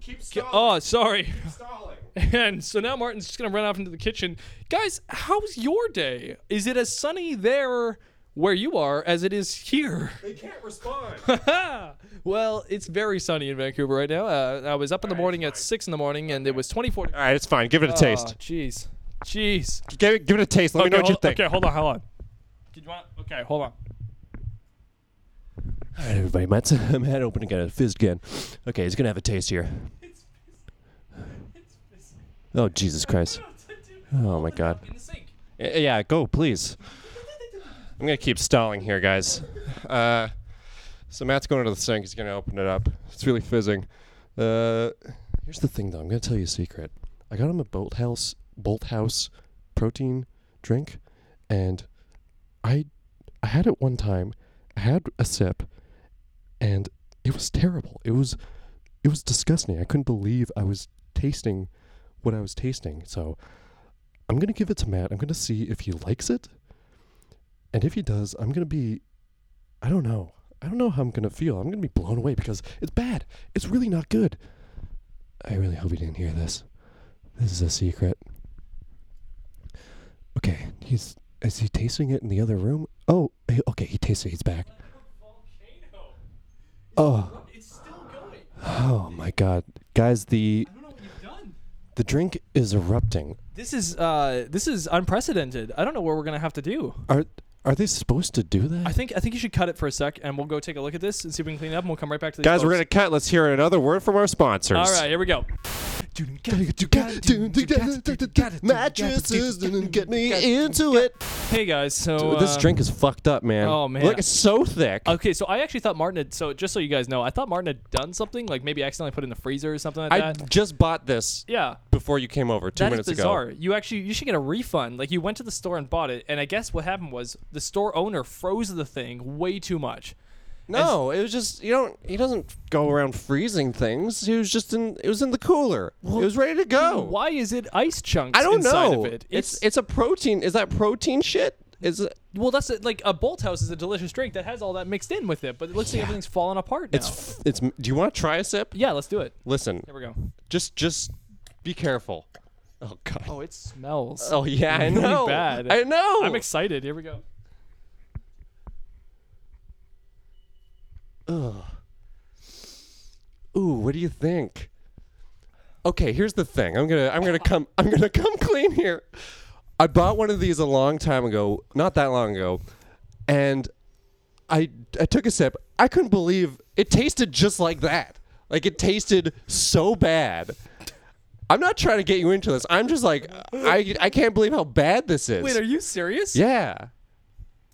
S1: Keep, keep
S2: Oh, sorry.
S1: stalling.
S2: And so now Martin's just gonna run off into the kitchen. Guys, how's your day? Is it as sunny there where you are as it is here? Ah!
S1: They can't respond.
S2: well, it's very sunny in Vancouver right now. Uh, I was up in the morning at six in the morning and it was twenty four
S1: All right, it's fine. Give it a taste.
S2: Jeez. Jeez.
S1: Give it, give it a taste. Let me know what you
S2: hold,
S1: think.
S2: Okay, hold on, hold on. Did you want? Okay, hold on.
S4: All right, everybody, Matt's, Matt open again, a fizzed again. Okay, he's gonna have a taste here.
S1: Oh Jesus Christ! Oh my God.
S2: In the sink.
S1: Y- Yeah, go please. I'm gonna keep stalling here, guys. Uh, so Matt's going to the sink. He's gonna open it up. It's really fizzing. Uh, here's the thing, though. I'm gonna tell you a secret. I got him a Bolt House Bolt House protein drink, and I I had it one time. I had a sip, and it was terrible. It was it was disgusting. I couldn't believe I was tasting what I was tasting. So I'm gonna give it to Matt. I'm gonna see if he likes it, and if he does, I'm gonna be, I don't know. I don't know how I'm gonna feel. I'm gonna be blown away because it's bad. It's really not good. I really hope he didn't hear this. This is a secret. Okay, he's is he tasting it in the other room? Oh, he- okay, he tasted. it. He's back. Oh,
S2: It's still going.
S1: oh my God, guys, the
S2: I don't know what you've done.
S1: the drink is erupting.
S2: This is uh, this is unprecedented. I don't know what we're gonna have to do.
S1: Are
S4: Are they supposed to do that?
S2: I think I think you should cut it for a sec, and we'll go take a look at this and see if we can clean it up, and we'll come right back to these
S1: Guys, we're
S2: folks.
S1: gonna cut. Let's hear another word from our sponsors.
S2: All right, here we go.
S1: Mattresses didn't get me into it.
S2: Hey guys, so
S1: Dude, this
S2: uh,
S1: drink is fucked up, man.
S2: oh, man.
S1: look, it's so thick.
S2: Okay, so I actually thought Martin had. So just so you guys know, I thought Martin had done something, like maybe accidentally put it in the freezer or something like
S1: I
S2: that.
S1: just bought this
S2: Yeah,
S1: before you came over two
S2: That is
S1: minutes
S2: bizarre.
S1: ago.
S2: You actually you should get a refund. Like you went to the store and bought it, and I guess what happened was the store owner froze the thing way too much.
S1: No, it was just you don't. He doesn't go around freezing things. He was just in. It was in the cooler. it was ready to go.
S2: Why is it ice chunks
S1: I don't
S2: inside
S1: know.
S2: of it?
S1: It's, it's a protein. Is that protein shit? Is it,
S2: well, that's it. like a Bolt House is a delicious drink that has all that mixed in with it, but it looks like everything's falling apart now.
S1: it's f- it's. Do you want to try a sip?
S2: yeah, let's do it.
S1: Listen,
S2: Here we go.
S1: just just be careful. Oh god.
S2: Oh, it smells.
S1: Oh yeah, I
S2: really
S1: know.
S2: bad.
S1: I know.
S2: I'm excited. Here we go.
S1: Ooh, what do you think? Okay, here's the thing. I'm gonna I'm gonna come I'm gonna come clean here. I bought one of these a long time ago, not that long ago, and I I took a sip. I couldn't believe it tasted just like that. Like it tasted so bad. I'm not trying to get you into this. I'm just like I I can't believe how bad this is.
S2: Wait, are you serious?
S1: yeah.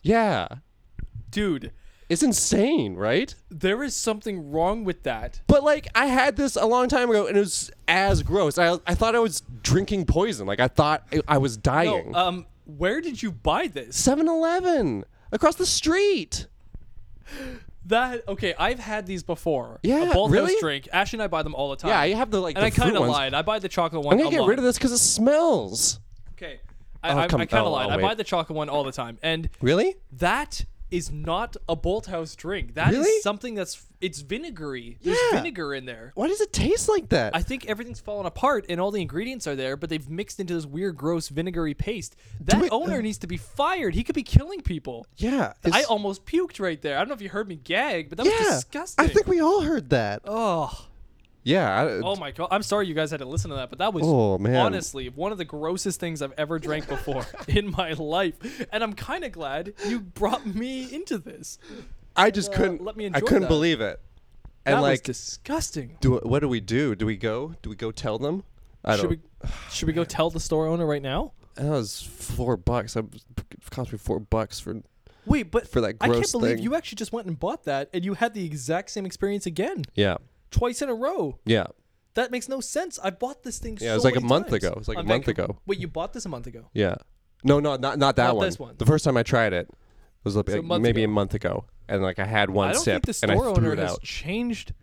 S1: Yeah.
S2: dude.
S1: It's insane, right?
S2: There is something wrong with that.
S1: But like I had this a long time ago, and it was as gross. I I thought I was drinking poison. Like I thought I, I was
S2: No,
S1: dying.
S2: um, where did you buy this?
S1: Seven Eleven across the street.
S2: That okay? I've had these before.
S1: Yeah,
S2: a Bald House
S1: really?
S2: drink. Ash and I buy them all the time.
S1: Yeah, you have the like.
S2: and
S1: the
S2: I
S1: fruit
S2: kind of
S1: ones.
S2: lied. I buy the chocolate one.
S1: I'm gonna
S2: a
S1: get
S2: lot.
S1: rid of this because it smells.
S2: Okay,
S1: Oh,
S2: I, I,
S1: come-
S2: I kind of
S1: oh,
S2: lied.
S1: I'll
S2: I buy
S1: wait.
S2: the chocolate one all the time, and
S1: Really?
S2: that is not a Bolt House drink. That is
S1: Really?
S2: something that's it's vinegary. There's
S1: Yeah.
S2: vinegar in there.
S1: Why does it taste like that?
S2: I think everything's fallen apart and all the ingredients are there, but they've mixed into this weird, gross, vinegary paste. That
S1: we- uh,
S2: owner needs to be fired. He could be killing people.
S1: yeah.
S2: I
S1: it's-
S2: almost puked right there. I don't know if you heard me gag, but that was
S1: yeah.
S2: disgusting.
S1: I think we all heard that.
S2: Oh,
S1: Yeah. I,
S2: oh my god! I'm sorry you guys had to listen to that, but that was
S1: Oh, man.
S2: honestly one of the grossest things I've ever drank before in my life, and I'm kind of glad you brought me into this.
S1: I just
S2: uh,
S1: couldn't.
S2: let me
S1: I
S2: enjoy
S1: couldn't
S2: that.
S1: believe it. And
S2: That was
S1: like,
S2: disgusting.
S1: do what do we do? Do we go? Do we go tell them? I
S2: Should
S1: don't.
S2: we should we go tell the store owner right now?
S1: That was four bucks. That cost me four bucks for
S2: Wait, but
S1: for that
S2: I
S1: gross
S2: can't believe
S1: thing.
S2: you actually just went and bought that, and you had the exact same experience again,
S1: yeah,
S2: twice in a row.
S1: yeah,
S2: That makes no sense. I bought this thing.
S1: yeah.
S2: so
S1: it was like a
S2: many
S1: month
S2: times.
S1: ago. It was like a
S2: On
S1: month
S2: Vancouver-
S1: ago.
S2: Wait, you bought this a month ago?
S1: Yeah. No, no, not not that
S2: Not
S1: one.
S2: this one.
S1: The first time I tried it was like,
S2: So a month
S1: maybe
S2: ago.
S1: a month ago, and like I had one
S2: I don't
S1: sip
S2: think the
S1: and I
S2: store
S1: threw
S2: owner
S1: it
S2: has
S1: out.
S2: changed.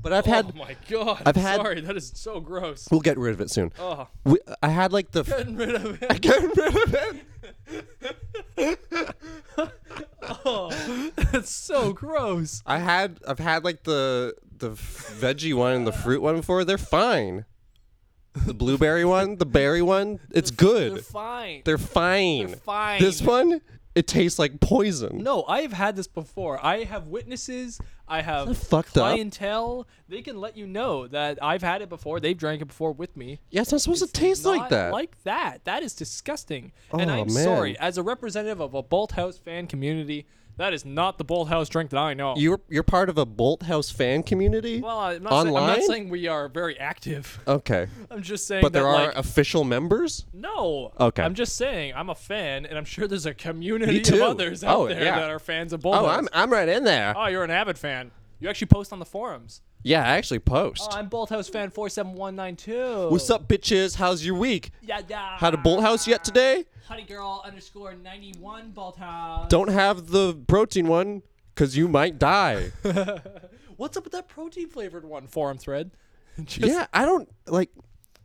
S1: But I've
S2: oh
S1: had.
S2: my god!
S1: I've
S2: I'm
S1: had-
S2: sorry, that is so gross.
S1: We'll get rid of it soon.
S2: Oh,
S1: We, I had like the. F-
S2: getting rid of
S1: I
S2: it.
S1: get rid of it.
S2: Oh, that's so gross.
S1: I had. I've had like the the f- veggie one and the fruit one before. They're fine. The blueberry one, the berry one, it's good.
S2: They're fine.
S1: They're fine.
S2: They're fine.
S1: This one, it tastes like poison.
S2: no, I have had this before. I have witnesses. I have
S1: fucked up?
S2: clientele. They can let you know that I've had it before. They've drank it before with me.
S1: Yeah, it's not supposed
S2: It's
S1: to taste like
S2: not
S1: that.
S2: Like that. That is disgusting. and
S1: Oh,
S2: I'm
S1: man.
S2: sorry. As a representative of a Bolt House fan community, that is not the Bolt House drink that I know.
S1: you're you're part of a Bolt House fan community.
S2: well, I'm not, saying, I'm
S1: online.
S2: not saying we are very active.
S1: okay,
S2: I'm just saying
S1: but
S2: that
S1: there are
S2: like,
S1: official members.
S2: no.
S1: Okay.
S2: I'm just saying I'm a fan, and I'm sure there's a community of
S1: too.
S2: others out
S1: Oh,
S2: there
S1: yeah.
S2: that are fans of Bolt
S1: Oh,
S2: House.
S1: I'm I'm right in there.
S2: oh, you're an avid fan. You actually post on the forums.
S1: Yeah, I actually post.
S2: Oh, I'm Bolt House fan four seven one nine two.
S1: What's up, bitches? How's your week?
S2: Yeah, yeah.
S1: Had a Bolt House
S2: Ah.
S1: yet today?
S2: Honey girl underscore ninety one Bolt House.
S1: Don't have the protein one, cause you might die.
S2: What's up with that protein flavored one forum thread? Just-
S1: yeah, I don't like,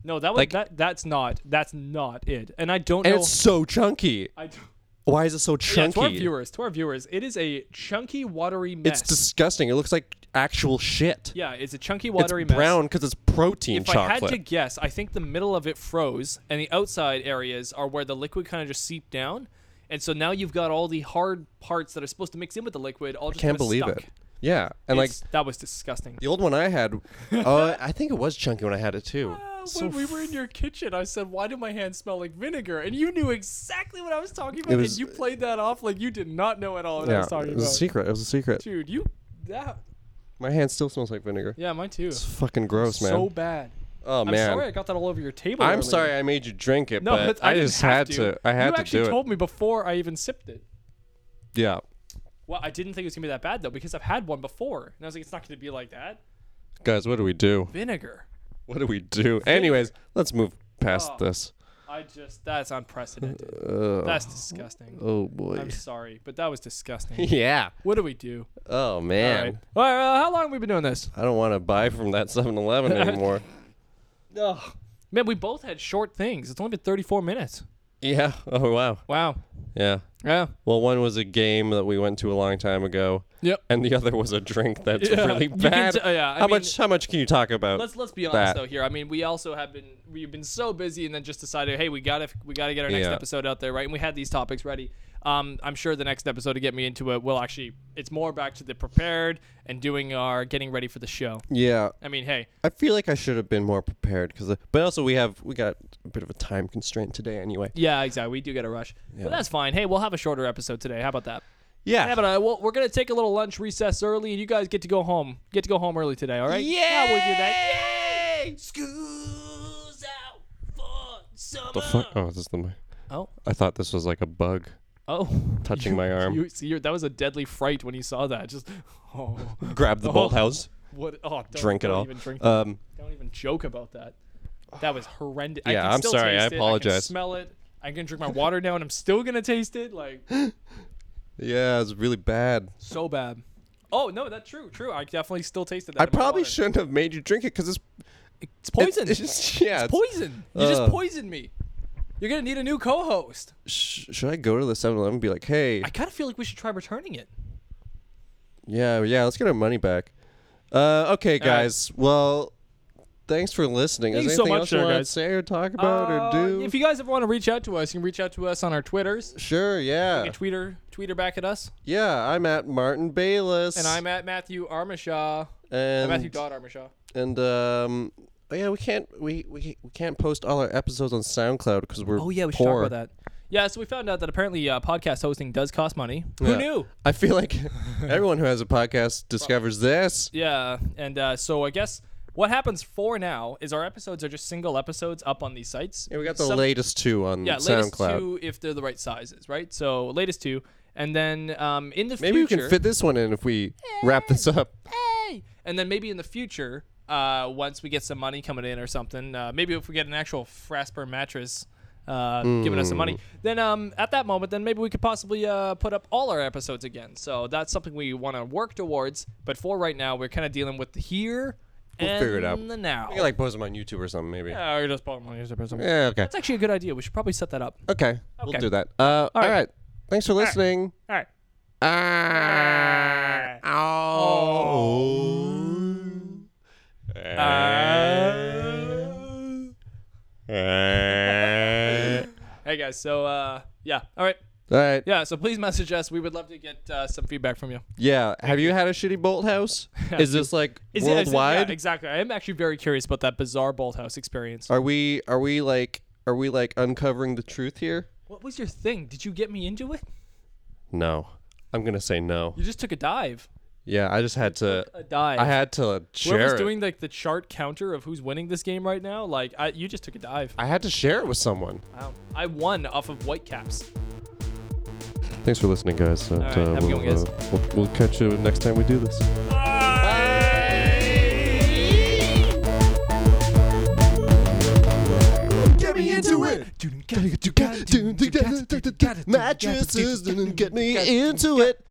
S2: No, that was
S1: Like-
S2: that. That's not. That's not it. And I don't
S1: and
S2: know.
S1: it's so chunky.
S2: I don't,
S1: Why is it so
S2: yeah, to our
S1: chunky?
S2: viewers, to our viewers, it is a chunky, watery mess.
S1: it's disgusting. It looks like actual shit.
S2: yeah, it's a chunky, watery
S1: it's
S2: mess.
S1: brown because it's protein
S2: If
S1: chocolate.
S2: I had to guess, I think the middle of it froze, and the outside areas are where the liquid kind of just seeped down, and so now you've got all the hard parts that are supposed to mix in with the liquid. All just
S1: Can't
S2: kinda
S1: believe
S2: stuck.
S1: it. Yeah, and like
S2: It's- that was disgusting.
S1: The old one I had, uh, I think it was chunky when I had it too.
S2: when we were in your kitchen, I said, "Why do my hands smell like vinegar?" And you knew exactly what I was talking about,
S1: was-
S2: and you played that off like you did not know at all what I
S1: yeah,
S2: was talking
S1: it was a
S2: about.
S1: secret. It was a secret.
S2: Dude, you that
S1: My hand still smells like vinegar.
S2: yeah, mine too.
S1: It's fucking gross, man.
S2: So bad.
S1: oh
S2: I'm
S1: man.
S2: sorry I got that all over your table.
S1: I'm
S2: earlier.
S1: sorry I made you drink it,
S2: No,
S1: but,
S2: but
S1: I,
S2: didn't
S1: just had
S2: have
S1: to. I
S2: you
S1: had to
S2: actually
S1: do
S2: told me before I even sipped
S1: it.
S2: it.
S1: Yeah.
S2: Well, I didn't think it was gonna be that bad though, because I've had one before, and I was like, it's not gonna be like that.
S1: Guys, what do we do?
S2: Vinegar.
S1: What do we do? Anyways, let's move past
S2: Oh.
S1: this.
S2: I just that's unprecedented.
S1: Ugh.
S2: That's disgusting.
S1: Uh, oh boy.
S2: I'm sorry, but that was disgusting.
S1: yeah.
S2: What do we do?
S1: Oh
S2: All
S1: man.
S2: right. All right, uh, how long have we been doing this?
S1: I don't want to buy from that 7-Eleven anymore.
S2: Ugh. Man, we both had short things. It's only been 34 minutes.
S1: yeah. Oh wow.
S2: Wow.
S1: Yeah.
S2: Yeah.
S1: Well, one was a game that we went to a long time ago.
S2: Yep.
S1: And the other was a drink that's
S2: Yeah,
S1: really
S2: you can
S1: bad.
S2: t- yeah, I
S1: how
S2: mean-
S1: much? How much can you talk about?
S2: Let's let's be honest
S1: that.
S2: though here. I mean, we also have been we've been so busy and then just decided, hey, we gotta we gotta get our next
S1: Yeah.
S2: episode out there, right? And we had these topics ready. Um, I'm sure the next episode to get me into it will actually it's more back to the prepared and doing our getting ready for the show.
S1: yeah.
S2: I mean, hey,
S1: I feel like I should have been more prepared because, but also we have we got a bit of a time constraint today anyway.
S2: yeah, exactly. We do get a rush, but that's fine. Hey, we'll have a shorter episode today. How about that?
S1: Yeah.
S2: Yeah, but I, well, we're gonna take a little lunch recess early, and you guys get to go home. Get to go home early today, all right? Yeah, we do that. Yay!
S5: School's out for summer.
S1: the fuck? Oh, this is the. mi-
S2: Oh.
S1: I thought this was like a bug
S2: Oh,
S1: touching my arm.
S2: you see, you're, that was a deadly fright when you saw that. Just oh,
S1: Grab the whole house,
S2: what? Oh, don't,
S1: drink it
S2: don't
S1: all.
S2: Even drink,
S1: Um,
S2: don't even joke about that. That was horrendous. I
S1: Yeah,
S2: can
S1: I'm
S2: still
S1: sorry, I
S2: taste it, can
S1: apologize.
S2: smell it. I can drink my water now, and I'm still gonna taste it. Like
S1: yeah, it's really bad.
S2: so bad. Oh no, that's true. True. I definitely still tasted that.
S1: I
S2: in my
S1: probably
S2: water.
S1: shouldn't have made you drink it because it's
S2: It's poison.
S1: It's, it's- yeah, it's-
S2: poison. You just
S1: Ugh.
S2: poisoned me. You're gonna need a new co-host.
S1: Sh- should I go to the 7-Eleven and be like, hey,
S2: I kind of feel like we should try returning it.
S1: yeah, yeah, let's get our money back. Uh, okay, guys. Well, thanks for listening.
S2: Thank
S1: Is there
S2: you so
S1: anything
S2: much
S1: else
S2: there,
S1: you want to
S2: guys.
S1: say or talk about
S2: Uh,
S1: or do?
S2: If you guys ever want to reach out to us, you can reach out to us on our Twitters.
S1: sure,
S2: You
S1: yeah,
S2: can tweeter, tweeter back at us.
S1: yeah. I'm at Martin Bayless,
S2: And I'm at Matthew Armishaw.
S1: and
S2: Matthew Dodd Armishaw.
S1: and um. oh, Yeah, we can't we, we we can't post all our episodes on SoundCloud because we're
S2: Oh yeah, we should
S1: poor.
S2: talk about that. Yeah, so we found out that apparently uh, podcast hosting does cost money. Who
S1: Yeah.
S2: knew?
S1: I feel like everyone who has a podcast discovers this.
S2: Yeah, and uh, so I guess what happens for now is our episodes are just single episodes up on these sites.
S1: Yeah, we got the
S2: Some-
S1: latest two on
S2: yeah, latest
S1: SoundCloud.
S2: two if they're the right sizes, right? So latest two, and then um, in the
S1: Maybe
S2: future,
S1: we can fit this one in if we wrap this up.
S2: Hey! And then maybe in the future, uh, once we get some money coming in or something, uh, maybe if we get an actual Frasper mattress uh, giving us some money,
S1: Hmm.
S2: then um, at that moment, then maybe we could possibly uh, put up all our episodes again. So that's something we want to work towards. But for right now, we're kind of dealing with the here
S1: We'll
S2: and
S1: figure it out.
S2: the now.
S1: We can like post them on YouTube or something, maybe. Yeah,
S2: Yeah, or just borrow money or something.
S1: okay.
S2: That's actually a good idea. We should probably set that up.
S1: okay. We'll
S2: Okay.
S1: do that. Uh, all
S2: right.
S1: right. Thanks for listening.
S2: All right.
S1: Ah. Oh.
S2: Uh,
S1: Ah.
S2: Hey guys, so uh, yeah, all right,
S1: All right.
S2: yeah. So please message us. We would love to get uh, some feedback from you.
S1: Yeah. Have you had a shitty bolt house? Is this like
S2: Is it- is it- yeah,
S1: worldwide?
S2: exactly. I am actually very curious about that bizarre Bolt House experience.
S1: Are we are we like are we like uncovering the truth here?
S2: What was your thing? Did you get me into it?
S1: No. I'm gonna say no.
S2: You just took a dive.
S1: Yeah, I just had to
S2: A dive.
S1: I had to share
S2: Whoever's
S1: it.
S2: doing like the chart counter of who's winning this game right now, like I, you just took a dive.
S1: I had to share it with someone.
S2: Wow. I won off of Whitecaps.
S1: Thanks for listening, guys. And, uh,
S2: right, have a good one, guys.
S1: we'll, we'll catch you next time we do this.
S3: Get me into it.
S1: Mattresses, get me into it.